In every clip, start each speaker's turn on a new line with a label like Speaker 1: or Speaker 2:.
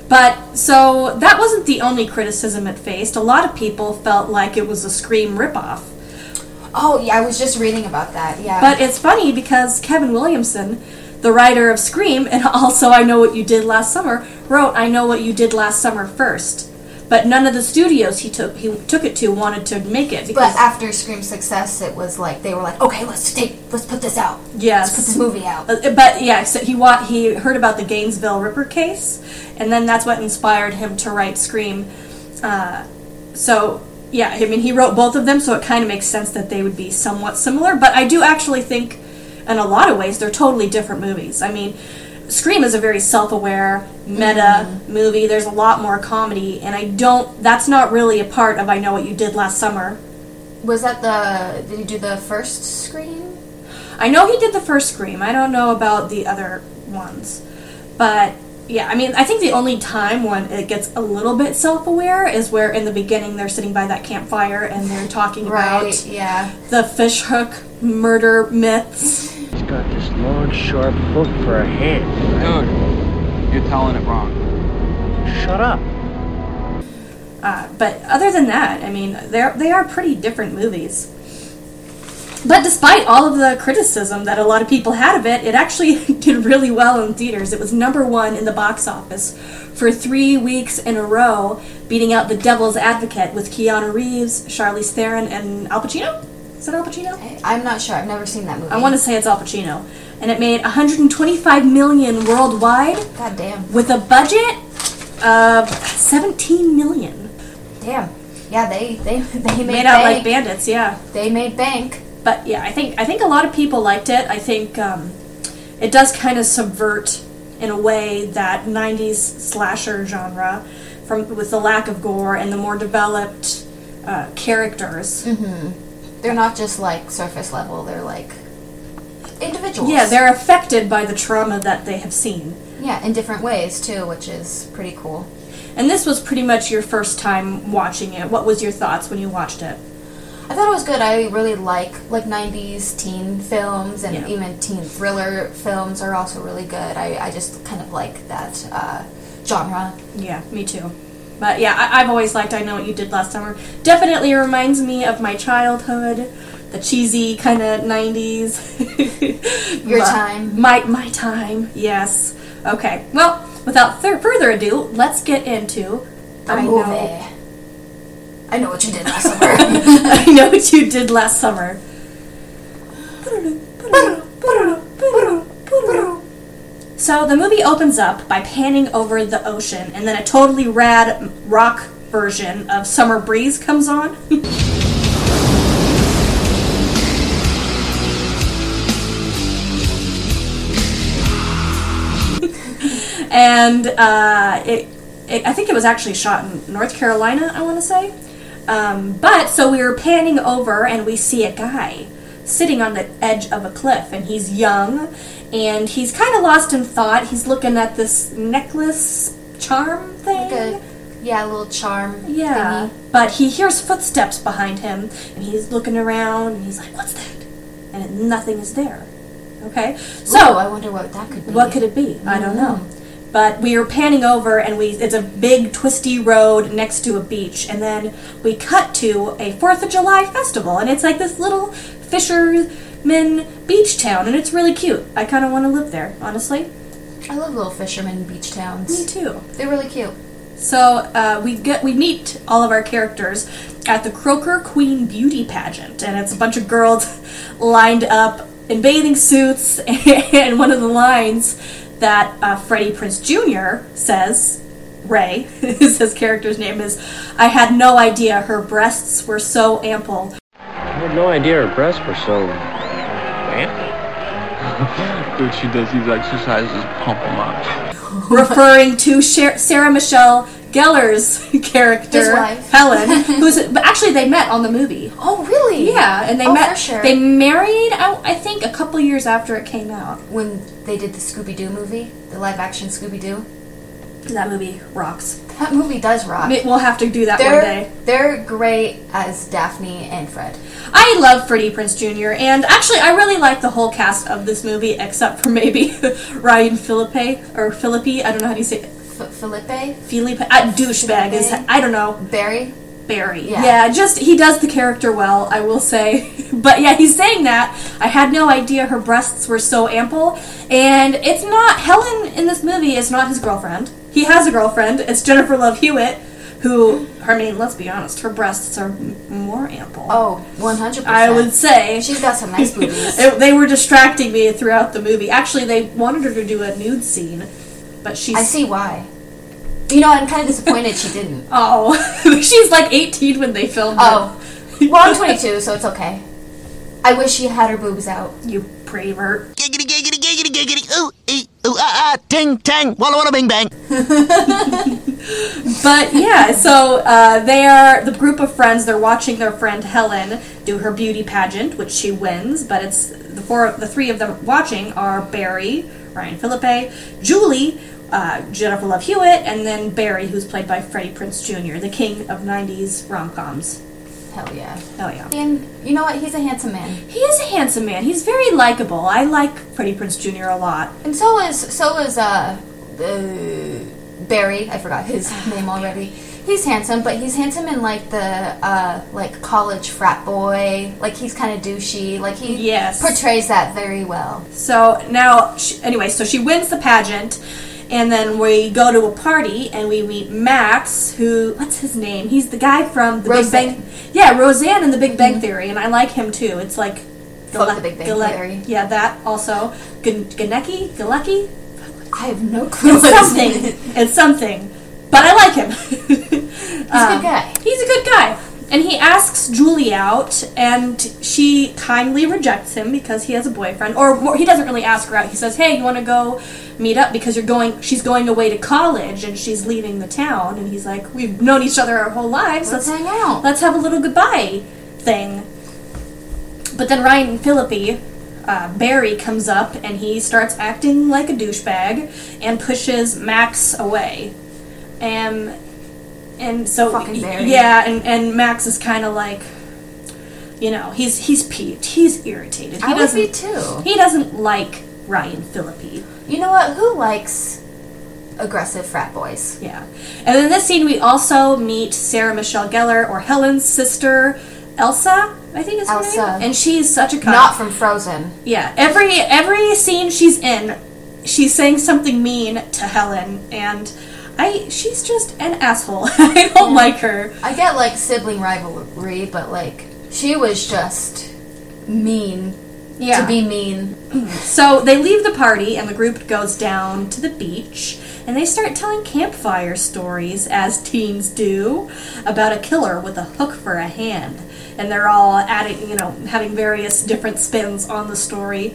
Speaker 1: But so that wasn't the only criticism it faced. A lot of people felt like it was a Scream ripoff.
Speaker 2: Oh yeah, I was just reading about that. Yeah.
Speaker 1: But it's funny because Kevin Williamson, the writer of Scream and also I Know What You Did Last Summer, wrote I Know What You Did Last Summer first. But none of the studios he took he took it to wanted to make it because
Speaker 2: but after Scream's success, it was like they were like, okay, let's take, let's put this out,
Speaker 1: yes,
Speaker 2: let's put this movie out.
Speaker 1: Uh, But yeah, so he wa- he heard about the Gainesville Ripper case, and then that's what inspired him to write Scream. Uh, so yeah, I mean he wrote both of them, so it kind of makes sense that they would be somewhat similar. But I do actually think, in a lot of ways, they're totally different movies. I mean. Scream is a very self-aware meta movie. There's a lot more comedy, and I don't. That's not really a part of I Know What You Did Last Summer.
Speaker 2: Was that the? Did you do the first Scream?
Speaker 1: I know he did the first Scream. I don't know about the other ones. But yeah, I mean, I think the only time when it gets a little bit self aware is where in the beginning they're sitting by that campfire and they're talking
Speaker 2: Right.
Speaker 1: about
Speaker 2: Yeah.
Speaker 1: the fish hook murder myths.
Speaker 3: He's got this long, sharp hook for a hand.
Speaker 4: Dude, you're telling it wrong.
Speaker 3: Shut up.
Speaker 1: Uh, but other than that, I mean, they're, they are pretty different movies. But despite all of the criticism that a lot of people had of it, it actually did really well in theaters. It was number one in the box office for three weeks in a row, beating out The Devil's Advocate with Keanu Reeves, Charlize Theron, and Al Pacino. Is it Al Pacino?
Speaker 2: I'm not sure. I've never seen that movie.
Speaker 1: I want to say it's Al Pacino. And it made 125 million worldwide
Speaker 2: God damn.
Speaker 1: with a budget of 17 million.
Speaker 2: Damn. Yeah, they they they
Speaker 1: Made
Speaker 2: made, bank.
Speaker 1: out like bandits, yeah.
Speaker 2: They made bank.
Speaker 1: but yeah, I think I think a lot of people liked it. I think um, it does kind of subvert in a way that '90s slasher genre from with the lack of gore and the more developed uh, characters.
Speaker 2: They're not just like surface level. They're like individuals.
Speaker 1: Yeah, they're affected by the trauma that they have seen.
Speaker 2: yeah in different ways too, which is pretty cool.
Speaker 1: And this was pretty much your first time watching it. What was your thoughts when you watched it?
Speaker 2: I thought it was good. I really like like '90s teen films and
Speaker 1: Yeah.
Speaker 2: even teen thriller films are also really good. I, I just kind of like that uh, genre.
Speaker 1: Yeah, me too. But yeah, I- I've always liked I Know What You Did Last Summer. Definitely reminds me of my childhood, the cheesy kind of 90s.
Speaker 2: Your
Speaker 1: But-
Speaker 2: time.
Speaker 1: My, my time, yes. Okay, well, without thir- further ado, let's get into
Speaker 2: The
Speaker 1: I
Speaker 2: movie.
Speaker 1: Know,
Speaker 2: I know what you did last summer.
Speaker 1: I know What You Did Last Summer. So the movie opens up by panning over the ocean, and then a totally rad rock version of Summer Breeze comes on. and uh, it, it, I think it was actually shot in North Carolina, I want to say. Um, but so we were panning over, and we see a guy sitting on the edge of a cliff, and he's young, and he's kind of lost in thought. He's looking at this necklace charm thing.
Speaker 2: Good. Yeah, a little charm.
Speaker 1: Yeah.
Speaker 2: thingy.
Speaker 1: But he hears footsteps behind him, and he's looking around, and he's like, "What's that?" And it, nothing is there. Okay. So
Speaker 2: Ooh, I wonder what that could be.
Speaker 1: what could it be? I don't know. But we are panning over, and we—it's a big twisty road next to a beach, and then we cut to a Fourth of July festival, and it's like this little fisherman beach town, and it's really cute. I kind of want to live there, honestly.
Speaker 2: I love little fishermen beach
Speaker 1: Me
Speaker 2: towns.
Speaker 1: too.
Speaker 2: They're really cute.
Speaker 1: So uh, we get we meet all of our characters at the Croker Queen Beauty Pageant, and it's a bunch of girls lined up in bathing suits. And one of the lines that uh, Freddie Prince Jr. says, Ray, is his character's name is, "I had no idea her breasts were so ample."
Speaker 3: I had no idea her breasts were so.
Speaker 4: Dude, she does these exercises, pump them up.
Speaker 1: referring to Sher- Sarah Michelle Gellar's character,
Speaker 2: His wife.
Speaker 1: Helen, who's but actually they met on the movie.
Speaker 2: Oh, really?
Speaker 1: Yeah, and they
Speaker 2: Oh,
Speaker 1: met.
Speaker 2: for sure.
Speaker 1: They married, I, I think, a couple years after it came out.
Speaker 2: When they did the Scooby Doo movie, the live action Scooby Doo,
Speaker 1: That movie rocks.
Speaker 2: that movie does rock.
Speaker 1: Ma- We'll have to do that one
Speaker 2: They're
Speaker 1: day.
Speaker 2: they're great as Daphne and Fred.
Speaker 1: I love Freddie Prince Jr. and actually I really like the whole cast of this movie except for maybe Ryan Philippe or Philippi. I don't know how do you say it.
Speaker 2: F- Felipe,
Speaker 1: Philippe. Uh, douchebag is
Speaker 2: Philippe.
Speaker 1: I don't know.
Speaker 2: Barry.
Speaker 1: Barry. Yeah.
Speaker 2: Yeah.
Speaker 1: just he does the character well, I will say. But yeah, he's saying that. I had no idea her breasts were so ample. And it's not Helen in this movie is not his girlfriend. He has a girlfriend. It's Jennifer Love Hewitt, who I mean, let's be honest, her breasts are m- more ample.
Speaker 2: Oh, 100.
Speaker 1: I would say
Speaker 2: She's got some nice boobies.
Speaker 1: it, they were distracting me throughout the movie. Actually, they wanted her to do a nude scene, but she's
Speaker 2: I see why. You know, I'm kind of disappointed she didn't.
Speaker 1: oh, she's like 18 when they filmed. it.
Speaker 2: Oh, well, I'm 22, so it's okay. I wish she had her boobs out.
Speaker 1: you pervert.
Speaker 5: giggity, giggity, giggity, giggity, ooh, ee, ooh, ah, ah, ting, tang, walla, walla, bing, bang.
Speaker 1: But yeah, so uh, they are the group of friends. They're watching their friend Helen do her beauty pageant, which she wins. But it's the four, the three of them watching are Barry, Ryan Philippe, Julie, uh, Jennifer Love Hewitt, and then Barry, who's played by Freddie Prince Jr., the king of '90s rom coms.
Speaker 2: Hell yeah.
Speaker 1: Oh yeah,
Speaker 2: And you know what? He's a handsome man.
Speaker 1: he is a handsome man. He's very likable. I like Freddie Prince Jr. a lot.
Speaker 2: And so is so is uh, uh Barry. I forgot his name already. He's handsome, but he's handsome in like the uh, like college frat boy. Like he's kind of douchey. Like he
Speaker 1: Yes.
Speaker 2: portrays that very well.
Speaker 1: So now, sh anyway, so she wins the pageant, and then we go to a party and we meet Max, who what's his name? He's the guy from the
Speaker 2: Roseanne. Mm-hmm.
Speaker 1: Big Bang. Yeah, Roseanne and the Big Bang Theory, and I like him too. It's like
Speaker 2: Fuck
Speaker 1: Gale-
Speaker 2: the Big Bang
Speaker 1: Gale-
Speaker 2: Theory.
Speaker 1: Yeah, that also. Gun- Ganecki, Galecki,
Speaker 2: I have no clue.
Speaker 1: it's
Speaker 2: what his
Speaker 1: something.
Speaker 2: name is.
Speaker 1: it's something. But I like him. he's
Speaker 2: a good guy.
Speaker 1: He's a good guy. And he asks Julie out, and she kindly rejects him because he has a boyfriend. Or more, he doesn't really ask her out. He says, "Hey, you want to go meet up because you're going? She's going away to college, and she's leaving the town." And he's like, "We've known each other our whole lives.
Speaker 2: Let's hang out.
Speaker 1: Let's have a little goodbye thing." But then Ryan Philippi, uh, Barry, comes up and he starts acting like a douchebag and pushes Max away. Um, and so
Speaker 2: Fucking Barry.
Speaker 1: yeah, and, and Max is kind of like, you know, he's he's peeved, he's irritated. He
Speaker 2: I would
Speaker 1: doesn't
Speaker 2: be too.
Speaker 1: he doesn't like Ryan Philippi.
Speaker 2: You know what? Who likes aggressive frat boys?
Speaker 1: Yeah. And in this scene, we also meet Sarah Michelle Gellar or Helen's sister, Elsa. I think is her
Speaker 2: Elsa.
Speaker 1: name, and she's such a cunt.
Speaker 2: Not from Frozen.
Speaker 1: Yeah, every every scene she's in, she's saying something mean to Helen, and I she's just an asshole. I don't like her.
Speaker 2: I get like sibling rivalry, but like she was just mean
Speaker 1: Yeah.
Speaker 2: to be mean.
Speaker 1: So they leave the party, and the group goes down to the beach, and they start telling campfire stories as teens do about a killer with a hook for a hand, and they're all adding, you know, having various different spins on the story.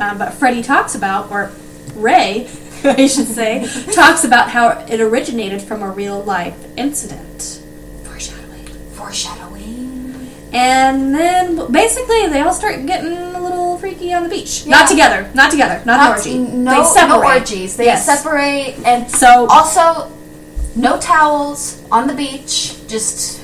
Speaker 1: Um, but Freddie talks about, or Ray, I should say, talks about how it originated from a real life incident. Foreshadowing.
Speaker 2: Foreshadowing.
Speaker 1: And then basically they all start getting a little freaky on the beach. Not together. Not together. Not, an
Speaker 2: Not-
Speaker 1: orgy.
Speaker 2: No,
Speaker 1: they separate.
Speaker 2: no orgies. They
Speaker 1: Yes.
Speaker 2: separate and
Speaker 1: So-
Speaker 2: also no towels on the beach. Just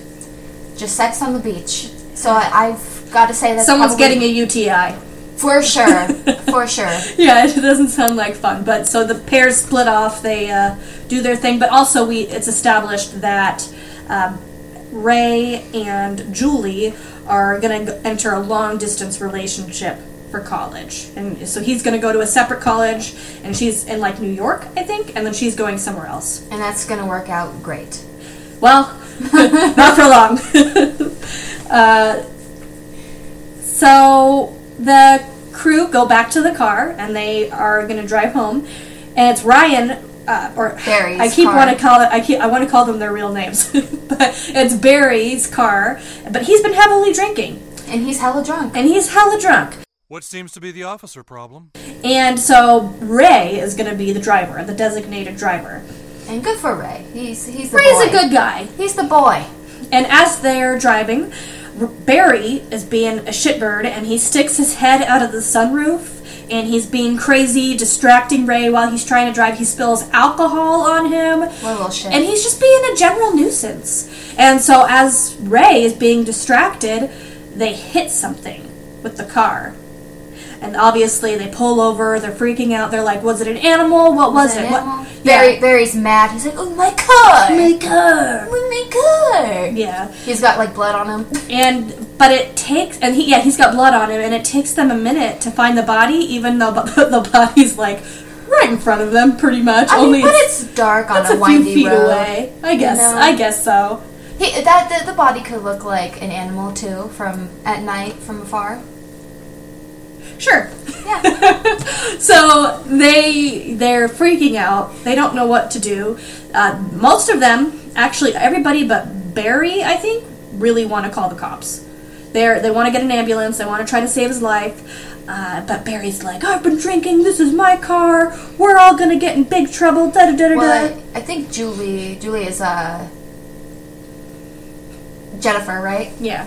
Speaker 2: just sex on the beach. So I, I've got to say that
Speaker 1: Someone's getting a UTI.
Speaker 2: for sure, for sure.
Speaker 1: Yeah, it doesn't sound like fun. But so the pairs split off. They uh, do their thing. But also, we it's established that um, Ray and Julie are going to enter a long distance relationship for college, and so he's going to go to a separate college, and she's in like New York, I think, and then she's going somewhere else.
Speaker 2: And that's gonna work out great.
Speaker 1: Well, not for long. uh, so the crew go back to the car and they are going to drive home. And it's Ryan. Uh, or
Speaker 2: Barry's
Speaker 1: I keep
Speaker 2: car.
Speaker 1: want to call it. I keep I want to call them their real names, but it's Barry's car. But he's been heavily drinking,
Speaker 2: And he's hella drunk.
Speaker 1: and he's hella drunk.
Speaker 6: What seems to be the officer problem?
Speaker 1: And so Ray is going to be the driver, the designated driver.
Speaker 2: And good for Ray. He's he's the
Speaker 1: Ray's
Speaker 2: boy.
Speaker 1: a good guy.
Speaker 2: He's the boy.
Speaker 1: And as they're driving, R- Barry is being a shitbird and he sticks his head out of the sunroof and he's being crazy, distracting Ray while he's trying to drive. He spills alcohol on him.
Speaker 2: What a little shit.
Speaker 1: And he's just being a general nuisance. And so as Ray is being distracted, they hit something with the car. And obviously they pull over, they're freaking out. They're like, was it an animal? What was, it? What?
Speaker 2: Barry
Speaker 1: Yeah.
Speaker 2: Barry's mad. He's like, oh my god,
Speaker 1: My car.
Speaker 2: oh my god.
Speaker 1: Yeah.
Speaker 2: He's got like blood on him.
Speaker 1: and but it takes and he yeah he's got blood on him and it takes them a minute to find the body even though bu- the body's like right in front of them pretty much
Speaker 2: I
Speaker 1: only
Speaker 2: mean, but it's dark on
Speaker 1: it's
Speaker 2: a,
Speaker 1: a few
Speaker 2: windy
Speaker 1: feet
Speaker 2: road.
Speaker 1: away I guess
Speaker 2: know?
Speaker 1: I guess so
Speaker 2: He, that the, the body could look like an animal too from at night from afar.
Speaker 1: sure
Speaker 2: Yeah.
Speaker 1: so they they're freaking out they don't know what to do uh, most of them actually everybody but Barry I think really want to call the cops They're, they want to get an ambulance. They want to try to save his life. Uh, but Barry's like, I've been drinking. This is my car. We're all gonna get in big trouble. Da da da da.
Speaker 2: well,
Speaker 1: da.
Speaker 2: I, I think Julie Julie is uh Jennifer, right?
Speaker 1: Yeah.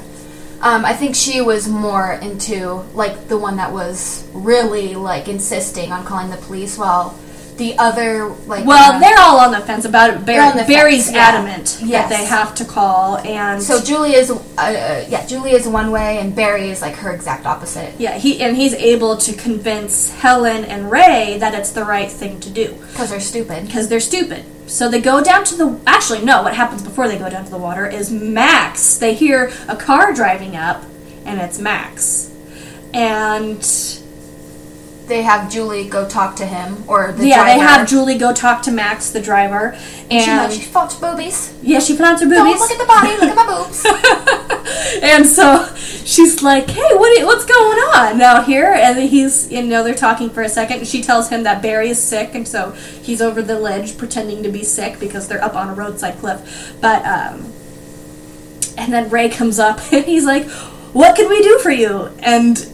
Speaker 2: Um, I think she was more into like the one that was really like insisting on calling the police, while the other like
Speaker 1: Well,
Speaker 2: uh,
Speaker 1: they're all on the fence about it. Barry,
Speaker 2: on the
Speaker 1: Barry's
Speaker 2: fence, yeah.
Speaker 1: adamant
Speaker 2: Yes.
Speaker 1: that they have to call, and
Speaker 2: so Julie is uh, uh, yeah Julie is one way and Barry is like her exact opposite
Speaker 1: yeah, he and he's able to convince Helen and Ray that it's the right thing to do
Speaker 2: because they're stupid.
Speaker 1: because they're stupid. So they go down to the. Actually, no, what happens before they go down to the water is Max. They hear a car driving up, and it's Max. And.
Speaker 2: They have Julie go talk to him or the
Speaker 1: yeah,
Speaker 2: driver.
Speaker 1: they have Julie go talk to Max, the driver.
Speaker 2: She knows
Speaker 1: And.
Speaker 2: she fought boobies.
Speaker 1: yeah, she put on her
Speaker 2: Don't
Speaker 1: boobies.
Speaker 2: look at the body. Look at my boobs.
Speaker 1: and so she's like, "Hey, what are- what's going on out here?" And he's, you know, they're talking for a second, and she tells him that Barry is sick, and so he's over the ledge pretending to be sick because they're up on a roadside cliff. But um, and then Ray comes up, and he's like, "What can we do for you?" And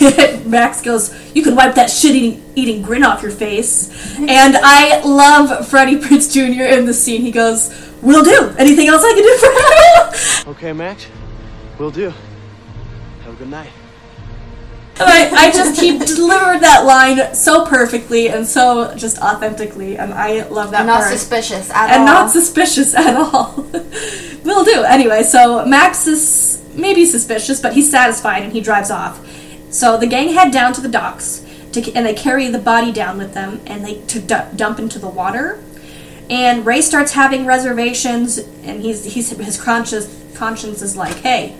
Speaker 1: Max goes, "You can wipe that shit eating grin off your face." And I love Freddie Prince Jr. in the scene. He goes, "Will do. Anything else I can do for you?"
Speaker 7: Okay, Max. Will do. Have a good night.
Speaker 1: I, I just he delivered that line so perfectly and so just authentically, and I love that
Speaker 2: I'm not
Speaker 1: part.
Speaker 2: suspicious at
Speaker 1: and
Speaker 2: all.
Speaker 1: not suspicious at all. Will do. Anyway, so Max is maybe suspicious, but he's satisfied and he drives off. So the gang head down to the docks, to, and they carry the body down with them, and they to du- dump into the water. And Ray starts having reservations, and he's, he's his conscious conscience is like, hey,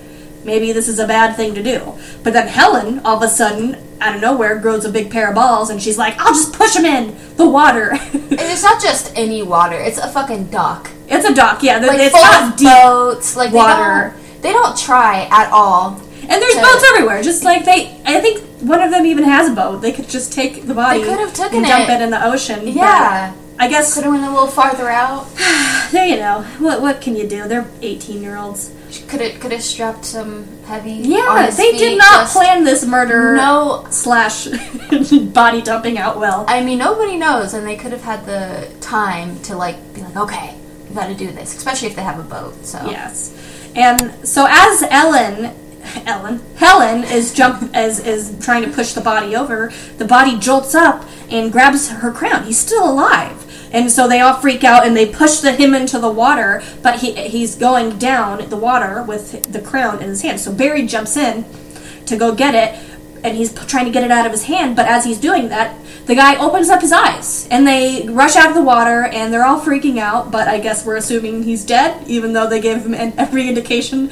Speaker 1: maybe this is a bad thing to do. But then Helen, all of a sudden, out of nowhere, grows a big pair of balls, and she's like, I'll just push him in the water.
Speaker 2: And it's not just any water. It's a fucking dock.
Speaker 1: It's a dock, yeah.
Speaker 2: Like
Speaker 1: it's
Speaker 2: full
Speaker 1: not
Speaker 2: of
Speaker 1: deep,
Speaker 2: boats. Like
Speaker 1: water.
Speaker 2: They don't, they don't try at all.
Speaker 1: and there's
Speaker 2: so-
Speaker 1: boats everywhere. Just like they, I think one of them even has a boat. They could just take the body,
Speaker 2: They could have taken
Speaker 1: and dump
Speaker 2: it.
Speaker 1: it in the ocean. but
Speaker 2: Yeah.
Speaker 1: I guess
Speaker 2: Could have went a little farther out.
Speaker 1: there you know what what can you do? They're 18 year olds.
Speaker 2: Could have could have strapped some heavy. on
Speaker 1: Yeah,
Speaker 2: his
Speaker 1: they
Speaker 2: feet,
Speaker 1: did not
Speaker 2: just-
Speaker 1: plan this murder
Speaker 2: No,
Speaker 1: slash body dumping out well.
Speaker 2: I mean nobody knows, and they could have had the time to like be like, okay, we got to do this, especially if they have a boat. So
Speaker 1: Yes. And so as Ellen Ellen Helen is jump is is trying to push the body over, the body jolts up and grabs her crown. He's still alive. And so they all freak out and they push the, him into the water, but he he's going down the water with the crown in his hand. So Barry jumps in to go get it and he's p- trying to get it out of his hand but as he's doing that the guy opens up his eyes and they rush out of the water and they're all freaking out but i guess we're assuming he's dead even though they gave him an, every indication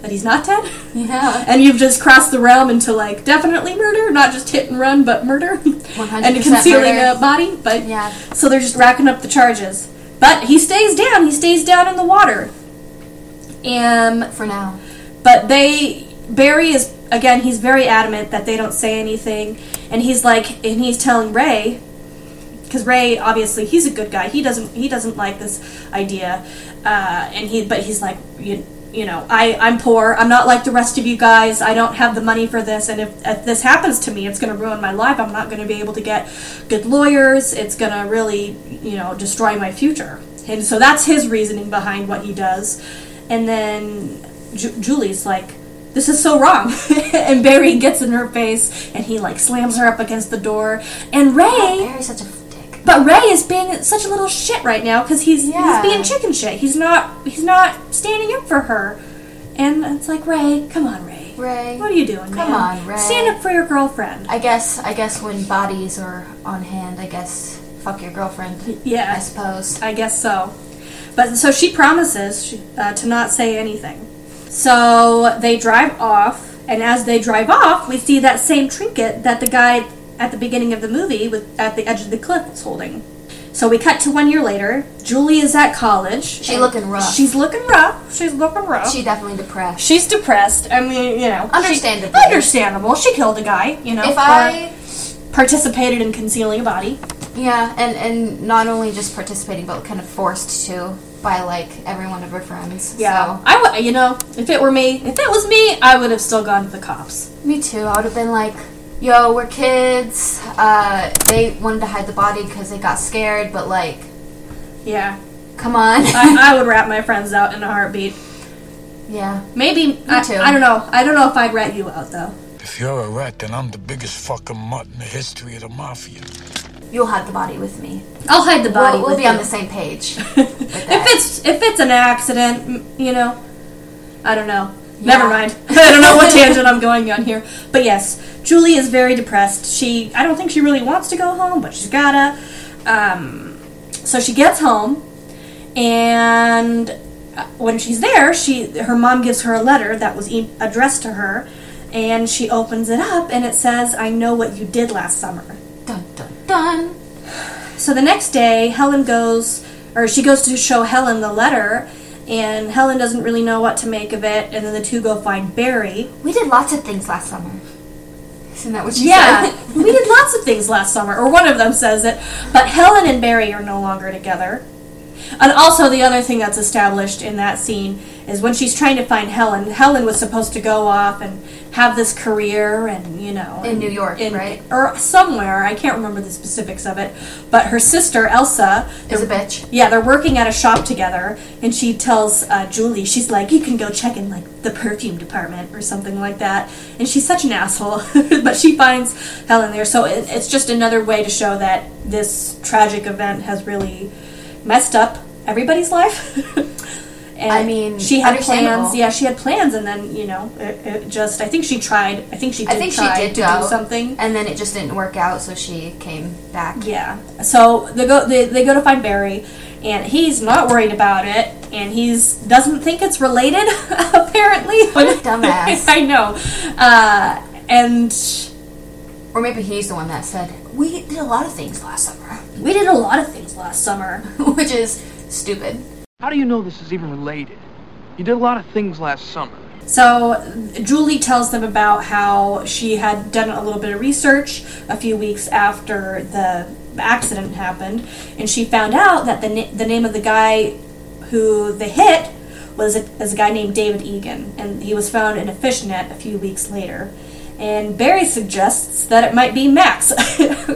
Speaker 1: that he's not dead
Speaker 2: Yeah.
Speaker 1: and you've just crossed the realm into like definitely murder not just hit and run but murder and concealing
Speaker 2: murder.
Speaker 1: a body but
Speaker 2: Yeah.
Speaker 1: so they're just racking up the charges but he stays down he stays down in the water um,
Speaker 2: for now,
Speaker 1: but they Barry is again he's very adamant that they don't say anything and he's like and he's telling Ray because Ray obviously he's a good guy he doesn't he doesn't like this idea uh, and he but he's like you, you know I I'm poor I'm not like the rest of you guys I don't have the money for this and if, if this happens to me it's gonna ruin my life I'm not gonna be able to get good lawyers it's gonna really you know destroy my future and so that's his reasoning behind what he does and then Ju- Julie's like, "This is so wrong," and Barry gets in her face and he like slams her up against the door. And Ray,
Speaker 2: Barry's such a dick.
Speaker 1: but Ray is being such a little shit right now because he's
Speaker 2: Yeah.
Speaker 1: he's being chicken shit. He's not he's not standing up for her. And it's like Ray, come on, Ray.
Speaker 2: Ray,
Speaker 1: What are you doing?
Speaker 2: Come
Speaker 1: man?
Speaker 2: on, Ray.
Speaker 1: Stand up for your girlfriend.
Speaker 2: I guess I guess when bodies are on hand, I guess fuck your girlfriend.
Speaker 1: yeah,
Speaker 2: I suppose.
Speaker 1: I guess so. But so she promises she, uh, to not say anything. So they drive off, and as they drive off, we see that same trinket that the guy at the beginning of the movie with at the edge of the cliff was holding. So we cut to one year later. Julie is at college.
Speaker 2: She looking rough.
Speaker 1: She's looking rough. She's looking rough.
Speaker 2: She definitely depressed.
Speaker 1: She's depressed. I mean, you know, she-
Speaker 2: Understandably.
Speaker 1: understandable. She killed a guy. You know,
Speaker 2: If
Speaker 1: or
Speaker 2: I
Speaker 1: participated in concealing a body.
Speaker 2: yeah, and and not only just participating, but kind of forced to by like every one of her friends.
Speaker 1: Yeah,
Speaker 2: So.
Speaker 1: I would. You know, if it were me, if it was me, I would have still gone to the cops.
Speaker 2: Me too. I would have been like, yo, we're kids. Uh, they wanted to hide the body because they got scared, but like,
Speaker 1: Yeah,
Speaker 2: come on.
Speaker 1: I, I would rat my friends out in a heartbeat.
Speaker 2: yeah.
Speaker 1: Maybe I,
Speaker 2: too.
Speaker 1: I don't know. I don't know if I'd rat you out though.
Speaker 8: If you're a rat, then I'm the biggest fucking mutt in the history of the mafia.
Speaker 2: You'll hide the body with me.
Speaker 1: I'll hide the body. with
Speaker 2: we'll we'll be
Speaker 1: you.
Speaker 2: on the same page.
Speaker 1: If it's if it's an accident, m- you know, I don't know. Never
Speaker 2: Yeah.
Speaker 1: mind. I don't know what tangent I'm going on here. But yes, Julie is very depressed. She I don't think she really wants to go home, but she's gotta. Um, so she gets home and uh, when she's there, she her mom gives her a letter that was e- addressed to her, and she opens it up and it says, "I know what you did last summer."
Speaker 2: Dun dun dun.
Speaker 1: So the next day, Helen goes, or she goes to show Helen the letter, and Helen doesn't really know what to make of it. And then the two go find Barry.
Speaker 2: We did lots of things last summer. Isn't that what she
Speaker 1: Yeah,
Speaker 2: said?
Speaker 1: we did lots of things last summer, or one of them says it. But Helen and Barry are no longer together. And also, the other thing that's established in that scene is when she's trying to find Helen. Helen was supposed to go off and have this career, and you know,
Speaker 2: In New York,
Speaker 1: in-
Speaker 2: right?
Speaker 1: or somewhere. I can't remember the specifics of it, but her sister Elsa
Speaker 2: Is a
Speaker 1: they're-
Speaker 2: bitch.
Speaker 1: yeah, they're working at a shop together, and she tells uh, Julie, she's like, "You can go check in like the perfume department or something like that." And she's such an asshole, but she finds Helen there. So it, it's just another way to show that this tragic event has really messed up everybody's life. and
Speaker 2: I mean,
Speaker 1: she had
Speaker 2: understandable.
Speaker 1: plans. Yeah, she had plans, and then you know, it, it just. I think she tried. I think she. Did
Speaker 2: I think she
Speaker 1: try
Speaker 2: did
Speaker 1: to
Speaker 2: go.
Speaker 1: do something.
Speaker 2: And then it just didn't work out, so she came back.
Speaker 1: Yeah. So they go they, they go to find Barry and he's not worried about it and he's doesn't think it's related apparently.
Speaker 2: What a dumbass.
Speaker 1: I know. Uh, and
Speaker 2: Or maybe he's the one that said, We did a lot of things last summer.
Speaker 1: we did a lot of things last summer.
Speaker 2: Which is stupid.
Speaker 4: How do you know this is even related? You did a lot of things last summer.
Speaker 1: So Julie tells them about how she had done a little bit of research a few weeks after the accident happened, and she found out that the na- the name of the guy who they hit was a, was a guy named David Egan, and he was found in a fish net a few weeks later. And Barry suggests that it might be Max,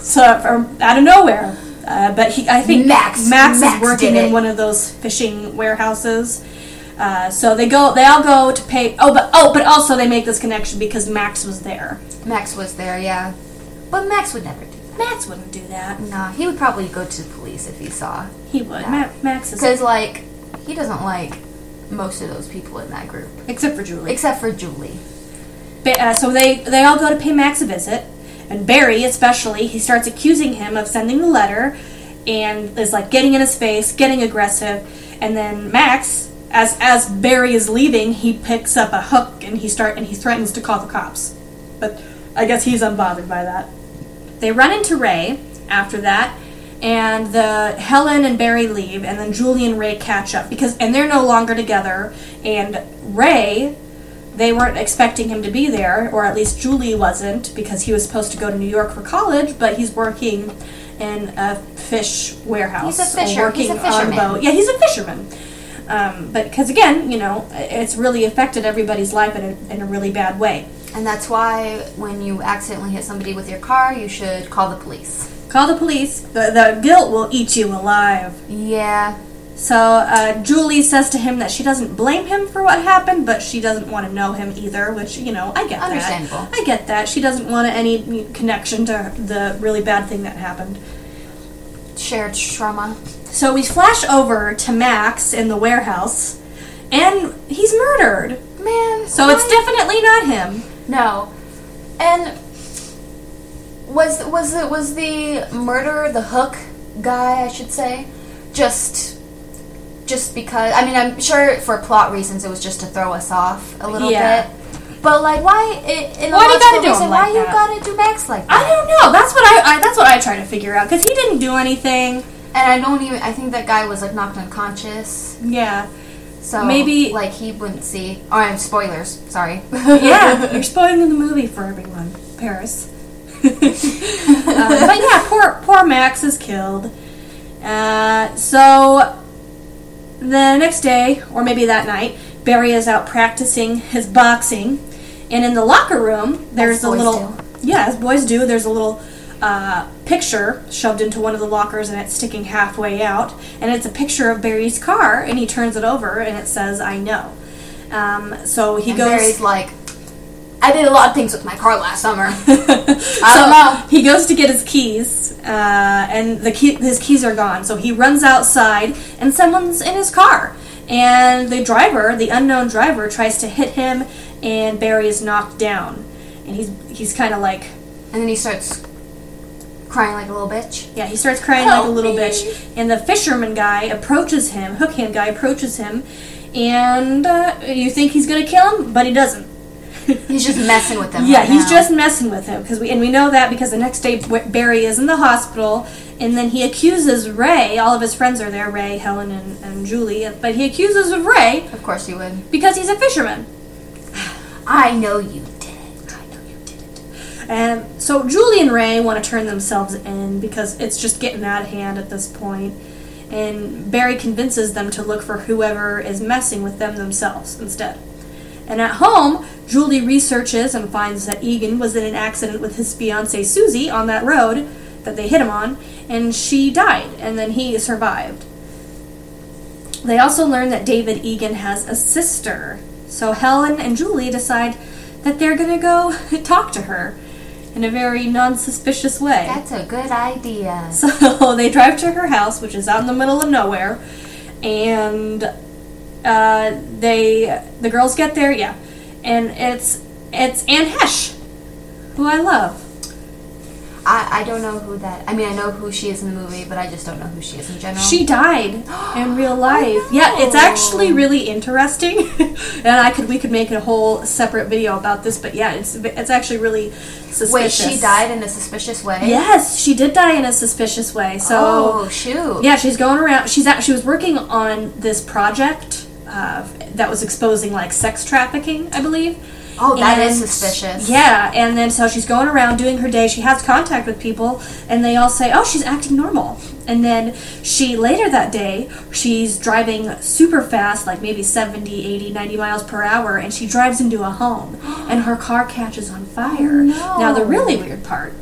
Speaker 1: so from out of nowhere. Uh, but he, I think
Speaker 2: Max-
Speaker 1: Max,
Speaker 2: Max
Speaker 1: is working
Speaker 2: did it.
Speaker 1: in one of those fishing warehouses. Uh, so they go. They all go to pay. Oh, but oh, but also they make this connection because Max was there.
Speaker 2: Max was there, yeah. But Max would never do
Speaker 1: Max wouldn't do that.
Speaker 2: that. Nah, he would probably go to the police if he saw.
Speaker 1: He would. Ma- Max is
Speaker 2: Because, like, he doesn't like most of those people in that group.
Speaker 1: except for Julie.
Speaker 2: Except for Julie.
Speaker 1: Ba- uh, so they they all go to pay Max a visit, and Barry especially he starts accusing him of sending the letter, and is like getting in his face, getting aggressive, and then Max. As, as Barry is leaving, he picks up a hook and he start and he threatens to call the cops. But I guess he's unbothered by that. They run into Ray after that, and the Helen and Barry leave, and then Julie and Ray catch up because and they're no longer together. And Ray, they weren't expecting him to be there, or at least Julie wasn't because he was supposed to go to New York for college, but he's working in a fish warehouse.
Speaker 2: He's a
Speaker 1: or
Speaker 2: fisher-
Speaker 1: Working
Speaker 2: he's a
Speaker 1: on
Speaker 2: fisherman.
Speaker 1: boat. Yeah, he's a fisherman. Um, but because again, you know, it's really affected everybody's life in a, in a really bad way.
Speaker 2: And that's why when you accidentally hit somebody with your car, you should call the police.
Speaker 1: Call the police. The, the guilt will eat you alive.
Speaker 2: Yeah.
Speaker 1: So uh, Julie says to him that she doesn't blame him for what happened, but she doesn't want to know him either. Which you know, I get
Speaker 2: Understandable.
Speaker 1: that. I get that. She doesn't want any connection to the really bad thing that happened.
Speaker 2: Shared trauma.
Speaker 1: So we flash over to Max in the warehouse, and he's murdered.
Speaker 2: Man.
Speaker 1: So it's definitely not him.
Speaker 2: No. And was was it was the murderer the hook guy, I should say, just just because I mean, I'm sure for plot reasons it was just to throw us off a little
Speaker 1: Yeah.
Speaker 2: bit. But like why it, in a
Speaker 1: Why do you gotta
Speaker 2: logical
Speaker 1: do him
Speaker 2: reason,
Speaker 1: like
Speaker 2: why you
Speaker 1: that?
Speaker 2: got to do Max like
Speaker 1: I
Speaker 2: that?
Speaker 1: don't know. That's what I, I that's what I try to figure out because he didn't do anything.
Speaker 2: and I don't even I think that guy was like knocked unconscious.
Speaker 1: Yeah,
Speaker 2: So
Speaker 1: Maybe-
Speaker 2: like he wouldn't see. Oh, I'm spoilers. Sorry.
Speaker 1: yeah. You're spoiling the movie for everyone, Paris. Uh, but yeah, poor poor Max is killed. Uh, so the next day, or maybe that night, Barry is out practicing his boxing, and in the locker room, there's a
Speaker 2: boys
Speaker 1: little
Speaker 2: do.
Speaker 1: yeah, as boys do. There's a little uh, picture shoved into one of the lockers, and it's sticking halfway out, and it's a picture of Barry's car, and he turns it over, and it says, "I know." Um, so he
Speaker 2: And
Speaker 1: goes.
Speaker 2: Barry's like, I did a lot of things with my car last summer.
Speaker 1: So
Speaker 2: don't know.
Speaker 1: He goes to get his keys, uh, and the key, his keys are gone. So he runs outside, and someone's in his car. And the driver, the unknown driver, tries to hit him, and Barry is knocked down. And he's he's kind of like
Speaker 2: And then he starts crying like a little bitch.
Speaker 1: Yeah, he starts crying like a
Speaker 2: Help
Speaker 1: little
Speaker 2: me.
Speaker 1: bitch, and the fisherman guy approaches him. Hook hand guy approaches him, and uh, you think he's gonna kill him, but he doesn't.
Speaker 2: He's just messing with them.
Speaker 1: Yeah,
Speaker 2: right
Speaker 1: he's
Speaker 2: now.
Speaker 1: just messing with him because we and we know that because the next day B- Barry is in the hospital, and then he accuses Ray. All of his friends are there: Ray, Helen, and, and Julie. But he accuses of Ray
Speaker 2: Of course you would.
Speaker 1: because he's a fisherman.
Speaker 2: I know you did it. I know you did it.
Speaker 1: And so Julie and Ray want to turn themselves in because it's just getting out of hand at this point. And Barry convinces them to look for whoever is messing with them themselves instead. And at home, Julie researches and finds that Egan was in an accident with his fiancee Susie on that road that they hit him on, and she died, and then he survived. They also learn that David Egan has a sister. So Helen and Julie decide that they're going to go talk to her in a very non suspicious way.
Speaker 2: That's a good idea.
Speaker 1: So they drive to her house, which is out in the middle of nowhere, and uh, they the girls get there, yeah, and it's it's Anne Hesh, who I love.
Speaker 2: I, I don't know who that. I mean, I know who she is in the movie, but I just don't know who she is in general.
Speaker 1: She died in
Speaker 2: Oh,
Speaker 1: real life. Yeah, it's actually really interesting, and I could we could make a whole separate video about this, but yeah, it's it's actually really suspicious.
Speaker 2: wait, she died in a suspicious way.
Speaker 1: Yes, she did die in a suspicious way. So
Speaker 2: Oh shoot.
Speaker 1: Yeah, she's going around. She's at, she was working on this project uh, that was exposing like sex trafficking, I believe.
Speaker 2: Oh, that is
Speaker 1: And-
Speaker 2: suspicious.
Speaker 1: Yeah, and then so she's going around doing her day. She has contact with people, and they all say, "Oh, she's acting normal." And then she later that day, she's driving super fast, like maybe 70, 80, 90 miles per hour, and she drives into a home, and her car catches on fire.
Speaker 2: Oh, no.
Speaker 1: Now the really weird part